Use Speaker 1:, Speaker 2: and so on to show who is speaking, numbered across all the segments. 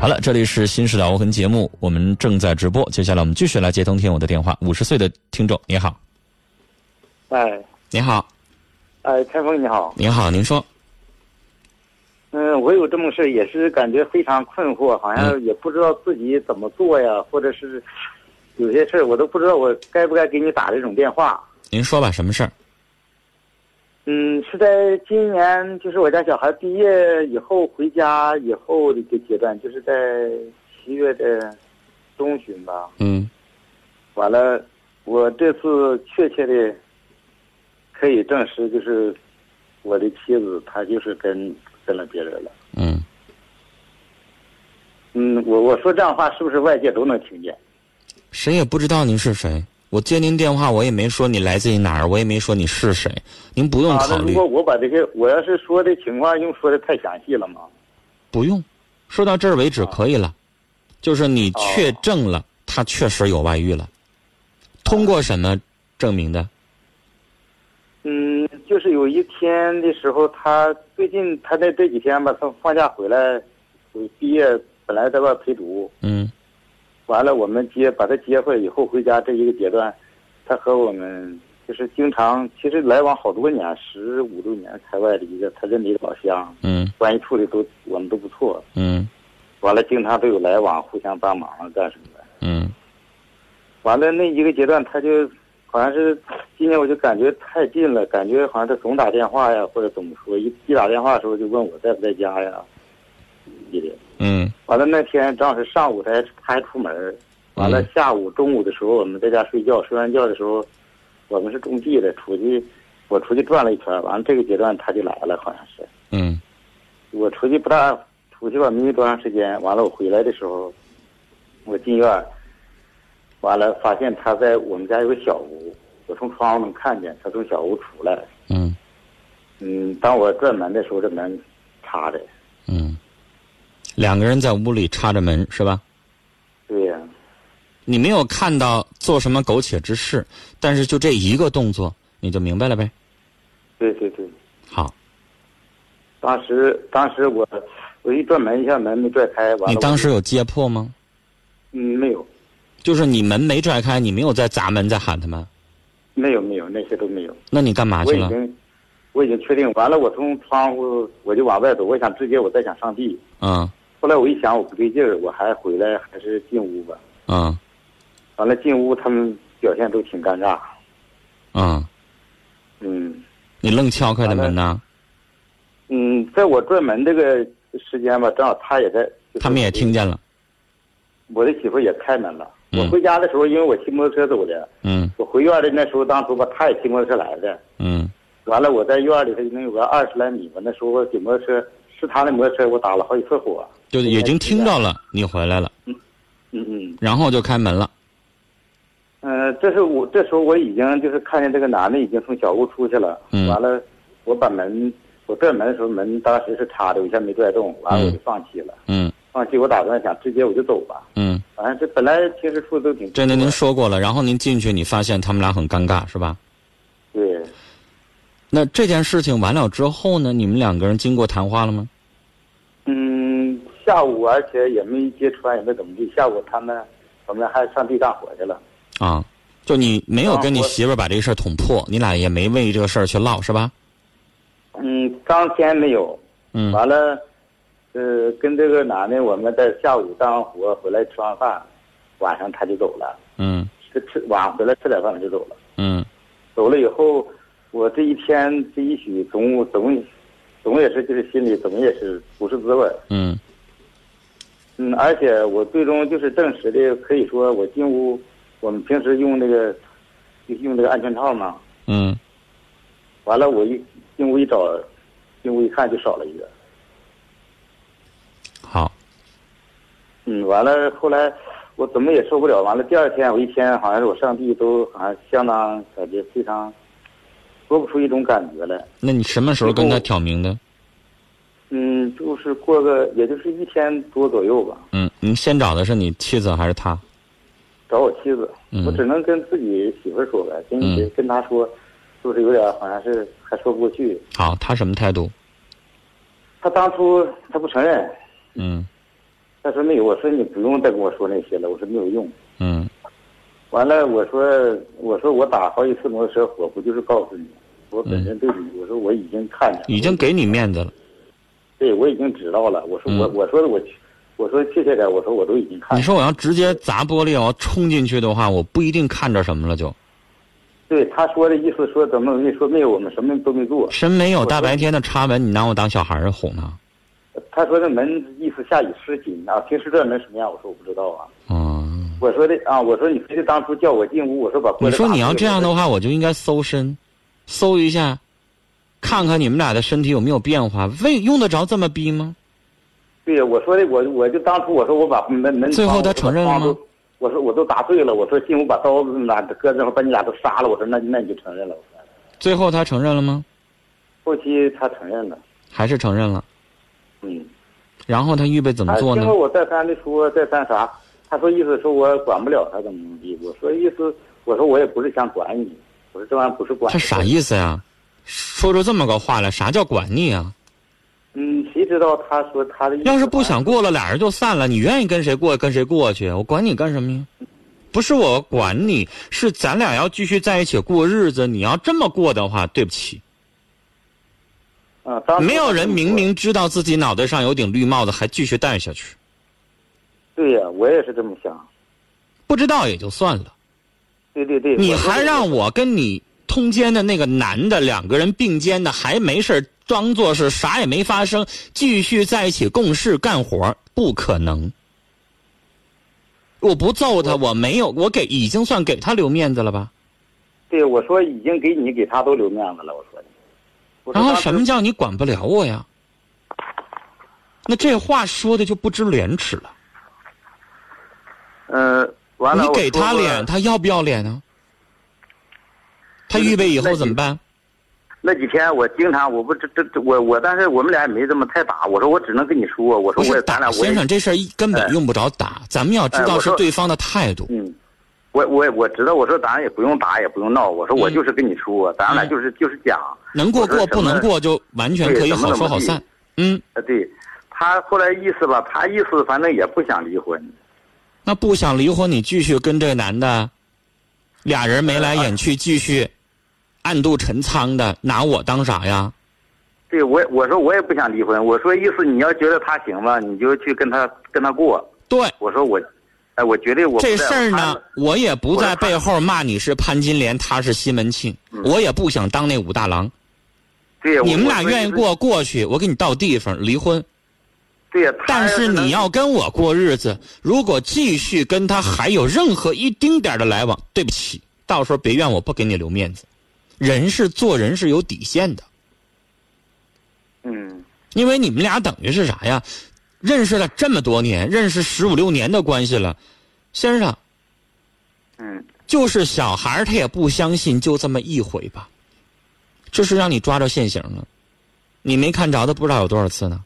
Speaker 1: 好了，这里是《新事了无痕》节目，我们正在直播。接下来我们继续来接通听友的电话。五十岁的听众，你好，
Speaker 2: 哎
Speaker 1: 你好，
Speaker 2: 哎，陈峰你好，
Speaker 1: 你好，您说，
Speaker 2: 嗯，我有这么个事儿，也是感觉非常困惑，好像也不知道自己怎么做呀，或者是有些事儿我都不知道我该不该给你打这种电话。
Speaker 1: 您说吧，什么事儿？
Speaker 2: 嗯，是在今年，就是我家小孩毕业以后回家以后的一个阶段，就是在七月的中旬吧。
Speaker 1: 嗯
Speaker 2: 完了，我这次确切的可以证实，就是我的妻子她就是跟跟了别人了。
Speaker 1: 嗯，
Speaker 2: 嗯，我我说这样话是不是外界都能听见？
Speaker 1: 谁也不知道您是谁。我接您电话，我也没说你来自于哪儿，我也没说你是谁，您不用
Speaker 2: 啊，那
Speaker 1: 考
Speaker 2: 如
Speaker 1: 虑，
Speaker 2: 果我把这些，我要是说的情况用说的太详细了吗？
Speaker 1: 不用。说到这儿为止可以了，就是你
Speaker 2: 哦
Speaker 1: 确证了，他确实有外遇了，通过什么证明的？
Speaker 2: 嗯，就是有一天的时候，他最近他在这几天吧，他放假回来，我毕业本来在外陪读，
Speaker 1: 嗯
Speaker 2: 完了我们接把他接回来以后回家这一个阶段，他和我们就是经常其实来往好多年，十五六年开外的一个他认的一个老乡，
Speaker 1: 嗯
Speaker 2: 关系处的都我们都不错，
Speaker 1: 嗯
Speaker 2: 完了经常都有来往，互相帮忙啊干什么的。
Speaker 1: 嗯
Speaker 2: 完了那一个阶段，他就好像是今年我就感觉太近了，感觉好像他总打电话呀，或者总说一一打电话的时候就问我在不在家呀，一类。
Speaker 1: 嗯
Speaker 2: 完了那天正好是上午他还他还出门儿，完了
Speaker 1: 嗯
Speaker 2: 下午中午的时候我们在家睡觉，睡完觉的时候，我们是种地的，出去我出去转了一圈儿，完了这个阶段他就来了，好像是
Speaker 1: 嗯
Speaker 2: 我出去不大出去吧，没多长时间，完了我回来的时候，我进院儿，完了发现他在我们家有个小屋，我从窗户能看见他从小屋出来。
Speaker 1: 嗯
Speaker 2: 嗯，当我转门的时候，这门插着。
Speaker 1: 嗯，两个人在屋里插着门是吧？
Speaker 2: 对呀、
Speaker 1: 你没有看到做什么苟且之事，但是就这一个动作，你就明白了呗？
Speaker 2: 对对对，
Speaker 1: 好，
Speaker 2: 当时当时我我一转门一下门没拽开，完了
Speaker 1: 你当时
Speaker 2: 我
Speaker 1: 有接破吗？
Speaker 2: 嗯没有
Speaker 1: 就是你门没拽开，你没有在砸门在喊他们，
Speaker 2: 没有没有那些都没有，
Speaker 1: 那你干嘛
Speaker 2: 我
Speaker 1: 去
Speaker 2: 已
Speaker 1: 了？
Speaker 2: 经我已经确定完了，我从窗户我就往外走，我想直接我再想上地。
Speaker 1: 嗯
Speaker 2: 后来我一想，我不对劲儿，我还回来，还是进屋吧。
Speaker 1: 嗯
Speaker 2: 完了进屋，他们表现都挺尴尬。
Speaker 1: 嗯，
Speaker 2: 嗯
Speaker 1: 你愣敲开的门呐？
Speaker 2: 嗯，在我转门这个时间吧，正好他也在，就是
Speaker 1: 他们也听见了。
Speaker 2: 我的媳妇也开门了。
Speaker 1: 嗯
Speaker 2: 我回家的时候，因为我骑摩托车走的，
Speaker 1: 嗯
Speaker 2: 我回院里那时候，当初吧，他也骑摩托车来的。
Speaker 1: 嗯
Speaker 2: 完了，我在院里头能有个二十来米吧，那时候我给摩托车是他的摩托车，我打了好几次火。
Speaker 1: 就是已经听到了你回来了，
Speaker 2: 嗯嗯
Speaker 1: 然后就开门了。
Speaker 2: 嗯、呃这是我这时候我已经就是看见这个男的已经从小屋出去了，
Speaker 1: 嗯
Speaker 2: 完了我把门我转门的时候门当时是插的，我一下没拽动，完了我就
Speaker 1: 嗯
Speaker 2: 放弃了，
Speaker 1: 嗯
Speaker 2: 放弃我打算想直接我就走吧，
Speaker 1: 嗯，
Speaker 2: 反正这本来平时处的都挺
Speaker 1: 这那
Speaker 2: 的
Speaker 1: 您说过了，然后您进去，你发现他们俩很尴尬，是吧？
Speaker 2: 对，
Speaker 1: 那这件事情完了之后呢？你们两个人经过谈话了吗？
Speaker 2: 嗯，下午而且也没揭穿，也没怎么地，下午他们我们还上地干活去了，
Speaker 1: 啊，就你没有跟你
Speaker 2: 啊我
Speaker 1: 媳妇儿把这个事儿捅破，你俩也没为这个事儿去唠，是吧？
Speaker 2: 嗯，当天没有，
Speaker 1: 嗯
Speaker 2: 完了，呃，跟这个男的我们在下午干完活回来吃完饭，晚上他就走了。
Speaker 1: 嗯
Speaker 2: 吃吃晚上回来吃点饭我就走了。
Speaker 1: 嗯
Speaker 2: 走了以后，我这一天这一宿总总总也是就是心里总也是不是滋味儿。
Speaker 1: 嗯
Speaker 2: 嗯，而且我最终就是证实的，可以说我进屋，我们平时用那个就是用这个安全套嘛，
Speaker 1: 嗯，
Speaker 2: 完了我一进屋一找，进屋一看就少了一个。
Speaker 1: 好，
Speaker 2: 嗯，完了后来我怎么也受不了，完了第二天我一天好像是我上帝都好像相当感觉非常说不出一种感觉来。
Speaker 1: 那你什么时候跟他挑明的？
Speaker 2: 嗯，就是过个，也就是一天多左右吧。
Speaker 1: 嗯，你先找的是你妻子还是他？
Speaker 2: 找我妻子，
Speaker 1: 嗯
Speaker 2: 我只能跟自己媳妇儿说呗，跟你、
Speaker 1: 嗯
Speaker 2: 跟她说，就是有点好像是还说不过去。
Speaker 1: 好，他什么态度？
Speaker 2: 她当初她不承认，
Speaker 1: 嗯
Speaker 2: 他说没有，我说你不用再跟我说那些了，我说没有用。
Speaker 1: 嗯
Speaker 2: 完了，我说我说我打好几次摩托车火，不就是告诉你，我本身对你，我说我已经看见了，
Speaker 1: 嗯已经给你面子了。
Speaker 2: 对我已经知道了，我说我、
Speaker 1: 嗯
Speaker 2: 我说的我，我说谢谢点，我说我都已经看
Speaker 1: 你
Speaker 2: 见了，
Speaker 1: 说我要直接砸玻璃，我要冲进去的话，我不一定看着什么了就，
Speaker 2: 对他说的意思说怎么怎么地说没有，我们什么都没做。
Speaker 1: 真没有
Speaker 2: 我
Speaker 1: 大
Speaker 2: 说
Speaker 1: 白天的插门，你拿我当小孩儿哄呢？
Speaker 2: 他说这门意思下雨湿紧啊，平时这门什么样？我说我不知道啊。
Speaker 1: 嗯，
Speaker 2: 我说的啊，我说你非得当初叫我进屋，我说把玻
Speaker 1: 你
Speaker 2: 璃
Speaker 1: 说
Speaker 2: 打
Speaker 1: 你要
Speaker 2: 碎
Speaker 1: 这样的话，我就应该搜身，搜一下，看看你们俩的身体有没有变化。为用得着这么逼吗？
Speaker 2: 对呀，我说的我我就当初我说我把门门
Speaker 1: 最后他承认了吗？
Speaker 2: 我说把窗户我说我都答对了，我说进屋把刀子拿搁这儿把你俩都杀了，我说那那你就承认了。我说
Speaker 1: 最后他承认了吗？
Speaker 2: 后期他承认了，
Speaker 1: 还是承认了？
Speaker 2: 嗯，
Speaker 1: 然后他预备怎么
Speaker 2: 啊，
Speaker 1: 做
Speaker 2: 经
Speaker 1: 呢
Speaker 2: 过？我再三的说再三啥，他说意思说我管不了他怎么怎么地，我说意思我说我也不是想管你，我说这玩意儿不是管
Speaker 1: 他啥意思呀？说出这么个话来，啥叫管你啊？
Speaker 2: 嗯，谁知道他说他的意思
Speaker 1: 要是不想过了，俩人就散了。你愿意跟谁过跟谁过去，我管你干什么呀？不是我管你，是咱俩要继续在一起过日子。你要这么过的话，对不起，
Speaker 2: 啊，当时
Speaker 1: 没有人明明知道自己脑袋上有顶绿帽子，还继续戴下去。
Speaker 2: 对呀、我也是这么想，
Speaker 1: 不知道也就算了，
Speaker 2: 对对对，
Speaker 1: 你
Speaker 2: 我说
Speaker 1: 还
Speaker 2: 的
Speaker 1: 让我跟你通奸的那个男的两个人并肩的，还没事儿装作是啥也没发生，继续在一起共事干活儿，不可能。我不揍他，我没有，我给已经算给他留面子了吧？
Speaker 2: 对，我说已经给你给他都留面子了，我说的。我说
Speaker 1: 然后
Speaker 2: 当时
Speaker 1: 什么叫你管不了我呀？那这话说的就不知廉耻了。
Speaker 2: 呃，完了，
Speaker 1: 你
Speaker 2: 我
Speaker 1: 给
Speaker 2: 说
Speaker 1: 他
Speaker 2: 过
Speaker 1: 脸，他要不要脸啊？他预备以后怎么办？
Speaker 2: 那几天我经常，我不这这这我我，但是我们俩也没怎么太打。我说我只能跟你说，我说
Speaker 1: 不
Speaker 2: 我
Speaker 1: 是
Speaker 2: 也咱
Speaker 1: 打，
Speaker 2: 俩我也
Speaker 1: 先生，这事儿一根本
Speaker 2: 哎
Speaker 1: 用不着打，咱们要知
Speaker 2: 哎
Speaker 1: 道
Speaker 2: 我
Speaker 1: 是
Speaker 2: 说
Speaker 1: 对方的态度。
Speaker 2: 嗯，我我我知道，我说咱也不用打，也不用闹，我说我
Speaker 1: 嗯
Speaker 2: 就是跟你说，咱俩就是就是讲，
Speaker 1: 能过
Speaker 2: 我说
Speaker 1: 过，
Speaker 2: 什
Speaker 1: 不能
Speaker 2: 么
Speaker 1: 过就完全
Speaker 2: 对
Speaker 1: 可以
Speaker 2: 怎
Speaker 1: 好
Speaker 2: 么怎
Speaker 1: 说
Speaker 2: 么
Speaker 1: 好
Speaker 2: 地
Speaker 1: 散。嗯，
Speaker 2: 呃，对。他后来意思吧，他意思反正也不想离婚，
Speaker 1: 那不想离婚，你继续跟这个男的，俩人眉
Speaker 2: 哎
Speaker 1: 来眼去，继续暗度陈仓的，拿我当啥呀？
Speaker 2: 对我也我说我也不想离婚，我说意思你要觉得他行吧，你就去跟他跟他过，
Speaker 1: 对，
Speaker 2: 我说我，哎、我绝对我不
Speaker 1: 这
Speaker 2: 在
Speaker 1: 事儿呢
Speaker 2: 我，
Speaker 1: 我也不
Speaker 2: 我
Speaker 1: 在
Speaker 2: 看
Speaker 1: 背后骂你是潘金莲，他是西门庆，我也不想当那武大郎。
Speaker 2: 对，我
Speaker 1: 你们俩
Speaker 2: 我说
Speaker 1: 愿意
Speaker 2: 意思
Speaker 1: 过过去，我给你到地方离婚。
Speaker 2: 对呀，他
Speaker 1: 但是
Speaker 2: 能
Speaker 1: 你要跟我过日子，如果继续跟他还有任何一丁点儿的来往，对不起，到时候别怨我不给你留面子。人是做人是有底线的，
Speaker 2: 嗯，
Speaker 1: 因为你们俩等于是啥呀？认识了这么多年，认识十五六年的关系了，先生，
Speaker 2: 嗯，
Speaker 1: 就是小孩儿他也不相信，就这么一回吧，这是让你抓着现行了，你没看着的不知道有多少次呢，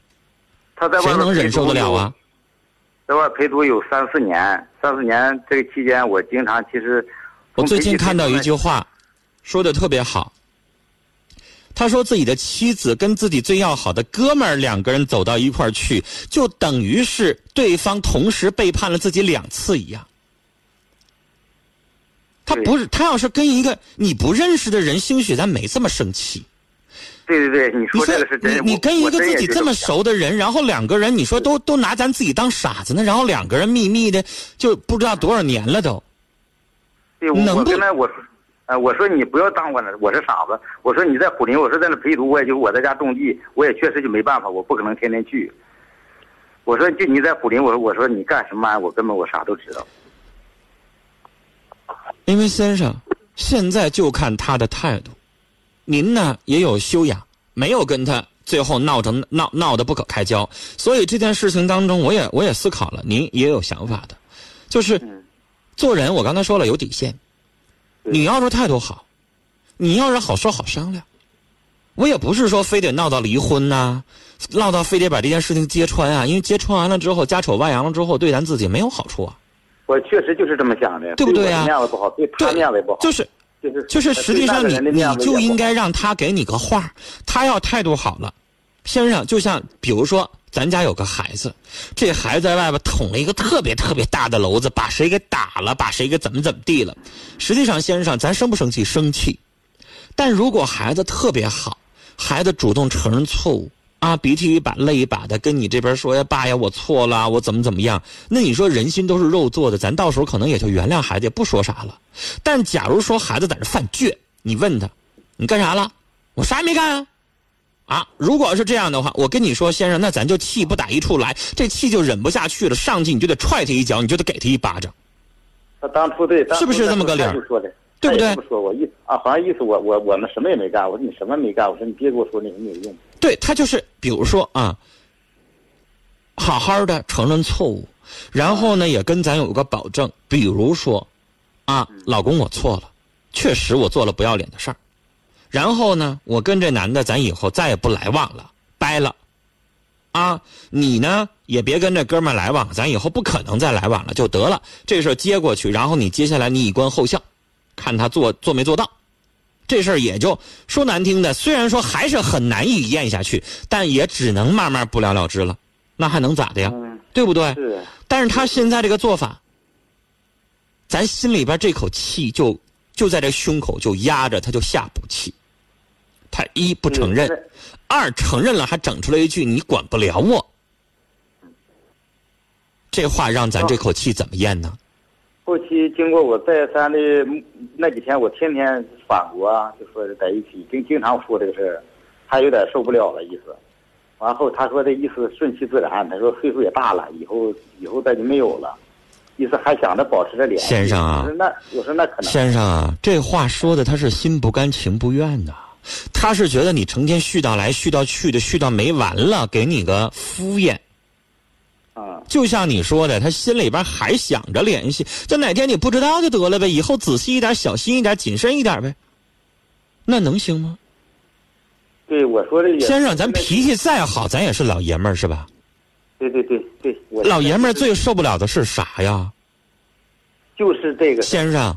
Speaker 2: 他在外
Speaker 1: 谁
Speaker 2: 边
Speaker 1: 能忍受得了啊？
Speaker 2: 陪读有？在外陪读有三四年，三四年这个期间，我经常其实
Speaker 1: 我最近看到一句话，说的特别好。他说自己的妻子跟自己最要好的哥们儿两个人走到一块儿去，就等于是对方同时背叛了自己两次一样。他
Speaker 2: 对
Speaker 1: 不是，他要是跟一个你不认识的人，兴许咱没这么生气。
Speaker 2: 对对对，你
Speaker 1: 你
Speaker 2: 说
Speaker 1: 说
Speaker 2: 这个是真的，
Speaker 1: 你你
Speaker 2: 我
Speaker 1: 跟一个自己这么，
Speaker 2: 我真也觉得
Speaker 1: 熟的人，然后两个人你说都都拿咱自己当傻子呢，然后两个人秘密的就不知道多少年了都。
Speaker 2: 对，我
Speaker 1: 能
Speaker 2: 我
Speaker 1: 不
Speaker 2: 跟他我说，呃，我说你不要当我那，我是傻子，我说你在虎林，我说在那陪读，我也就我在家种地，我也确实就没办法，我不可能天天去。我说就你在虎林，我说我说你干什么玩意儿，我根本我啥都知道。
Speaker 1: 因为先生，现在就看他的态度。您呢也有修养，没有跟他最后闹成闹闹得不可开交。所以这件事情当中，我也我也思考了，您也有想法的，就是
Speaker 2: 嗯
Speaker 1: 做人，我刚才说了有底线。
Speaker 2: 对
Speaker 1: 你要是态度好，你要是好说好商量，我也不是说非得闹到离婚呐、闹到非得把这件事情揭穿啊，因为揭穿完了之后，家丑外扬了之后，对咱自己没有好处啊，
Speaker 2: 我确实就是这么想的，
Speaker 1: 对不对
Speaker 2: 我
Speaker 1: 啊
Speaker 2: 的面子不好，对他
Speaker 1: 对
Speaker 2: 面子也不好，
Speaker 1: 就是
Speaker 2: 就是
Speaker 1: 就是实际上
Speaker 2: 对
Speaker 1: 你
Speaker 2: 大人的
Speaker 1: 你
Speaker 2: 面子也
Speaker 1: 就
Speaker 2: 不好
Speaker 1: 应该让他给你个话儿，他要态度好了，先生就像比如说咱家有个孩子，这孩子在外边捅了一个特别特别大的篓子，把谁给打了，把谁给怎么怎么地了。实际上，先生，咱生不生气？生气。但如果孩子特别好，孩子主动承认错误啊，鼻涕一把泪一把的跟你这边说呀，爸呀，我错了，我怎么怎么样？那你说人心都是肉做的，咱到时候可能也就原谅孩子，也不说啥了。但假如说孩子在这犯倔，你问他，你干啥了？我啥也没干啊。啊，如果是这样的话，我跟你说，先生，那咱就气不打一处来，这气就忍不下去了，上去你就得踹他一脚，你就得给他一巴掌。
Speaker 2: 他当初对，当初
Speaker 1: 是不是这么个理儿
Speaker 2: 他就说的，
Speaker 1: 对不对
Speaker 2: 他也这么说我意啊，好像意思我我我们什么也没干。我说你什么没干？我说你别跟我说那个没有用。
Speaker 1: 对他就是，比如说啊，好好的承认错误，然后呢也跟咱有个保证，比如说，啊，老公我错了，确实我做了不要脸的事儿，然后呢我跟这男的咱以后再也不来往了，掰了，啊，你呢也别跟这哥们儿来往，咱以后不可能再来往了，就得了，这事儿接过去，然后你接下来你以观后效，看他做做没做到。这事儿也就说难听的，虽然说还是很难以咽下去，但也只能慢慢不了了之了。那还能咋的呀？
Speaker 2: 嗯，
Speaker 1: 对不对？
Speaker 2: 是
Speaker 1: 但是他现在这个做法，咱心里边这口气就就在这胸口就压着，他就下不去。他一不
Speaker 2: 不
Speaker 1: 承认，二承认了还整出来一句“你管不了我”，这话让咱这口气怎么咽呢？
Speaker 2: 后期经过我再三的那几天，我天天反驳啊，就说在一起经经常说这个事儿，他有点受不了了意思。完后他说这意思顺其自然，他说岁数也大了，以后以后再就没有了，意思还想着保持着联系。
Speaker 1: 先生啊
Speaker 2: 我说那我说那可能
Speaker 1: 先生啊，这话说的他是心不甘情不愿的，他是觉得你成天絮叨来絮叨去的，絮叨没完了，给你个敷衍。
Speaker 2: 啊，
Speaker 1: 就像你说的，他心里边还想着联系，就哪天你不知道就得了呗，以后仔细一点，小心一点，谨慎一点呗。那能行吗？
Speaker 2: 对我说的也
Speaker 1: 先生，咱脾气再好，咱也是老爷们儿是吧？
Speaker 2: 对对对对，我
Speaker 1: 老爷们儿最受不了的是啥呀？
Speaker 2: 就是这个
Speaker 1: 先生，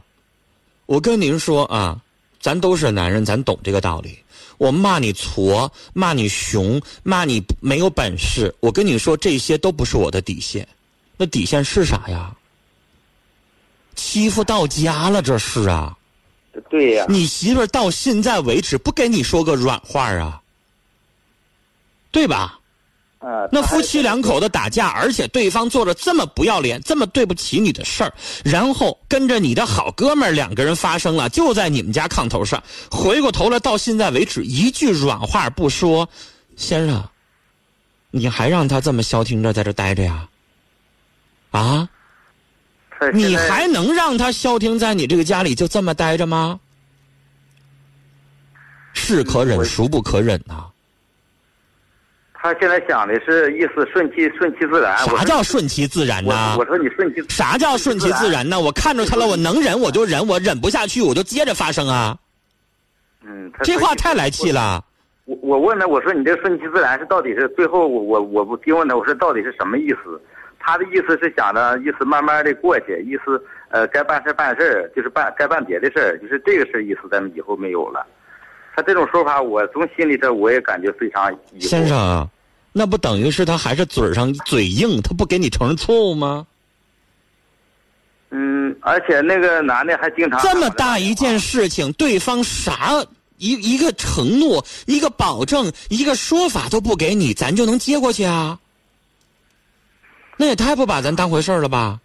Speaker 1: 我跟您说啊，咱都是男人，咱懂这个道理。我骂你矬，骂你熊，骂你没有本事，我跟你说，这些都不是我的底线。那底线是啥呀？欺负到家了，这是啊！
Speaker 2: 对呀、
Speaker 1: 你媳妇儿到现在为止不跟你说个软话啊，对吧？
Speaker 2: 啊，
Speaker 1: 那
Speaker 2: 他
Speaker 1: 夫妻两口子打架，而且对方做着这么不要脸、这么对不起你的事儿，然后跟着你的好哥们儿两个人发生了，就在你们家炕头上，回过头来到现在为止一句软话不说，先生，你还让他这么消停着在这待着呀？啊，
Speaker 2: 他
Speaker 1: 你
Speaker 2: 现在
Speaker 1: 还能让他消停在你这个家里就这么待着吗？是可忍，
Speaker 2: 我
Speaker 1: 孰不可忍呐、
Speaker 2: 他现在想的是意思顺其顺其自然。我
Speaker 1: 啥
Speaker 2: 说
Speaker 1: 叫顺其自然
Speaker 2: 我
Speaker 1: 呐、
Speaker 2: 我说你顺其
Speaker 1: 啥叫顺其自？然呢？我看着他了，我能忍我就忍，我忍不下去我就接着发生啊！
Speaker 2: 嗯，他
Speaker 1: 这话太来气了。
Speaker 2: 我我问他，我说你这顺其自然是到底是最后我我我不听问他，我说到底是什么意思？他的意思是想着意思慢慢的过去，意思呃该办事办事儿，就是办该办别的事儿，就是这个事儿意思咱们以后没有了。他这种说法，我从心里这我也感觉非常疑惑。
Speaker 1: 先生啊，那不等于是他还是嘴上嘴硬，他不给你承认错误吗？
Speaker 2: 嗯，而且那个男的还经常
Speaker 1: 这么大一件
Speaker 2: 嗯
Speaker 1: 事情，对方啥一一个承诺、一个保证、一个说法都不给你，咱就能接过去啊？那也太不把咱当回事儿了吧？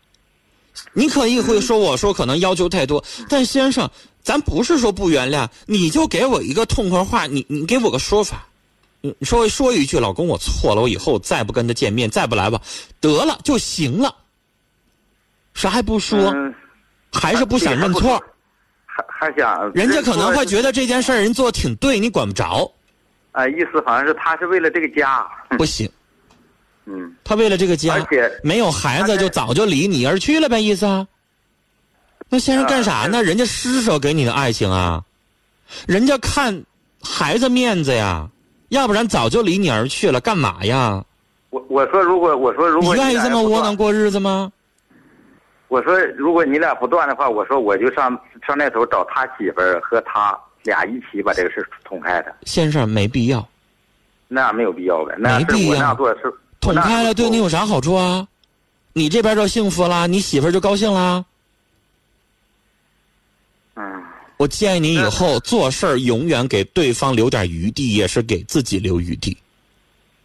Speaker 1: 你可以会说我说可能要求太多，但先生，咱不是说不原谅，你就给我一个痛快话，你你给我个说法，你你说说一句，老公我错了，我以后再不跟他见面，再不来吧，得了就行了，啥也不说，
Speaker 2: 嗯
Speaker 1: 还是
Speaker 2: 啊
Speaker 1: 不想认错。
Speaker 2: 还还想
Speaker 1: 人家可能会觉得这件事儿人做挺对，你管不着，
Speaker 2: 啊、意思好像是他是为了这个家，
Speaker 1: 不行。
Speaker 2: 嗯，
Speaker 1: 他为了这个家
Speaker 2: 而且，
Speaker 1: 没有孩子
Speaker 2: 而且
Speaker 1: 就早就离你而去了呗，意思啊？那先生
Speaker 2: 呃
Speaker 1: 干啥呢？人家施舍给你的爱情啊，人家看孩子面子呀，要不然早就离你而去了，干嘛呀？
Speaker 2: 我我说如果我说如
Speaker 1: 你
Speaker 2: 果
Speaker 1: 愿意
Speaker 2: 俩
Speaker 1: 这么
Speaker 2: 不
Speaker 1: 窝
Speaker 2: 断
Speaker 1: 囊，过日子吗？
Speaker 2: 我说如果你俩不断的话，我说我就上上那头找他媳妇儿和他俩一起把这个事儿捅开的，
Speaker 1: 先生没必要，
Speaker 2: 那样没有必要呗，那样
Speaker 1: 没必
Speaker 2: 是我
Speaker 1: 要
Speaker 2: 那样做是
Speaker 1: 捅开了对你有
Speaker 2: 我
Speaker 1: 啥好处啊？你这边就幸福啦，你媳妇儿就高兴啊啦。
Speaker 2: 嗯，
Speaker 1: 我建议你以后做事儿永远给对方留点余地，也是给自己留余地。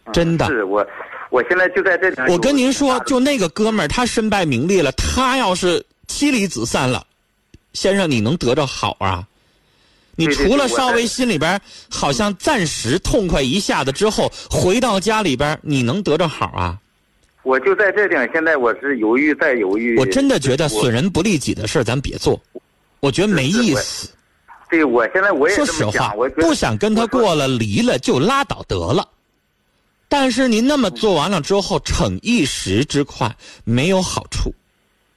Speaker 2: 嗯
Speaker 1: 真的
Speaker 2: 是我，我现在就在这点。
Speaker 1: 我跟您说，就那个哥们儿，他身败名裂了，他要是妻离子散了，先生你能得着好啊？你
Speaker 2: 对对
Speaker 1: 除
Speaker 2: 对
Speaker 1: 了
Speaker 2: 我
Speaker 1: 稍
Speaker 2: 在
Speaker 1: 微心里边儿好像暂时痛快一下子之后，回到家里边儿，你能得着好啊？
Speaker 2: 我就在这点，现在我是犹豫再犹豫。
Speaker 1: 我真的觉得
Speaker 2: 我
Speaker 1: 损人不利己的事儿咱别做，我觉得没
Speaker 2: 是
Speaker 1: 意
Speaker 2: 我
Speaker 1: 思。
Speaker 2: 对，我现在我也
Speaker 1: 说
Speaker 2: 这
Speaker 1: 实
Speaker 2: 么
Speaker 1: 话
Speaker 2: 想，我，觉得
Speaker 1: 不想跟他过了，离了就拉倒得了。但是您那么做完了之后，逞一时之快没有好处，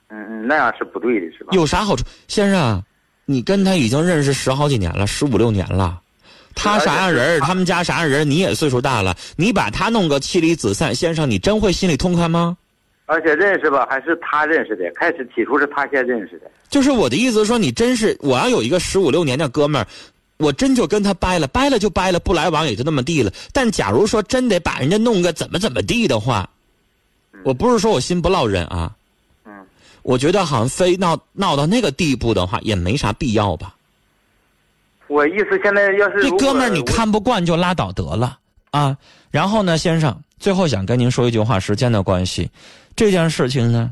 Speaker 2: 嗯嗯，那样是不对的，是吧？
Speaker 1: 有啥好处？先生啊，你跟他已经认识十好几年了，十五六年了，他啥样人儿，他们家啥样人儿，你也岁数大了，你把他弄个妻离子散，先生，你真会心里痛快吗？
Speaker 2: 而且认识吧，还是他认识的。开始起初是他先认识的，
Speaker 1: 就是我的意思是说，你真是我要有一个十五六年的哥们儿，我真就跟他掰了，掰了就掰了，不来往也就那么地了。但假如说真得把人家弄个怎么怎么地的话，我不是说我心不落忍啊，
Speaker 2: 嗯，
Speaker 1: 我觉得好像非闹闹到那个地步的话，也没啥必要吧。
Speaker 2: 我意思现在要
Speaker 1: 这
Speaker 2: 是如果
Speaker 1: 哥们儿你
Speaker 2: 我
Speaker 1: 看不惯就拉倒得了啊。然后呢，先生，最后想跟您说一句话，时间的关系，这件事情呢，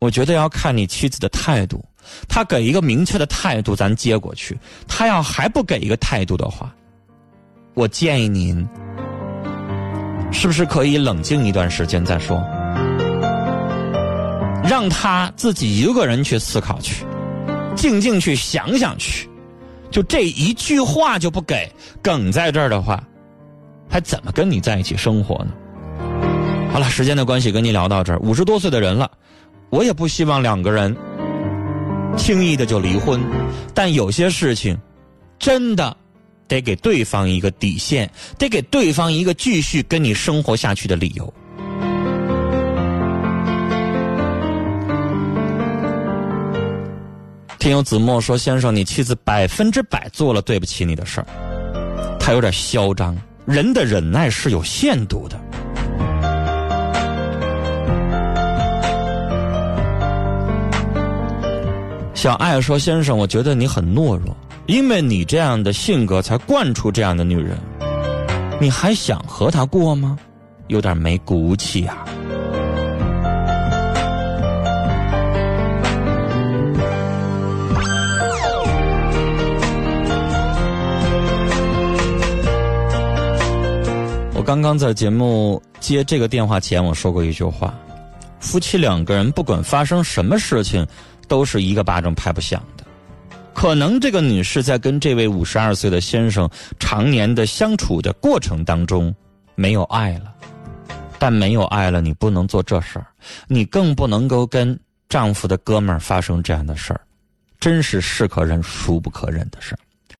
Speaker 1: 我觉得要看你妻子的态度，她给一个明确的态度，咱接过去；她要还不给一个态度的话，我建议您，是不是可以冷静一段时间再说，让他自己一个人去思考去，静静去想想去。就这一句话就不给，梗在这儿的话，还怎么跟你在一起生活呢？好了，时间的关系，跟您聊到这儿。五十多岁的人了，我也不希望两个人轻易的就离婚，但有些事情真的得给对方一个底线，得给对方一个继续跟你生活下去的理由。听友子墨说：“先生，你妻子百分之百做了对不起你的事儿，她有点嚣张。人的忍耐是有限度的。小爱说：“先生，我觉得你很懦弱，因为你这样的性格才惯出这样的女人，你还想和她过吗？有点没骨气啊。”我刚刚在节目接这个电话前，我说过一句话：夫妻两个人不管发生什么事情，都是一个巴掌拍不响的。可能这个女士在跟这位五十二岁的先生常年的相处的过程当中，没有爱了，但没有爱了，你不能做这事儿，你更不能够跟丈夫的哥们儿发生这样的事儿，真是是可忍孰不可忍的事儿。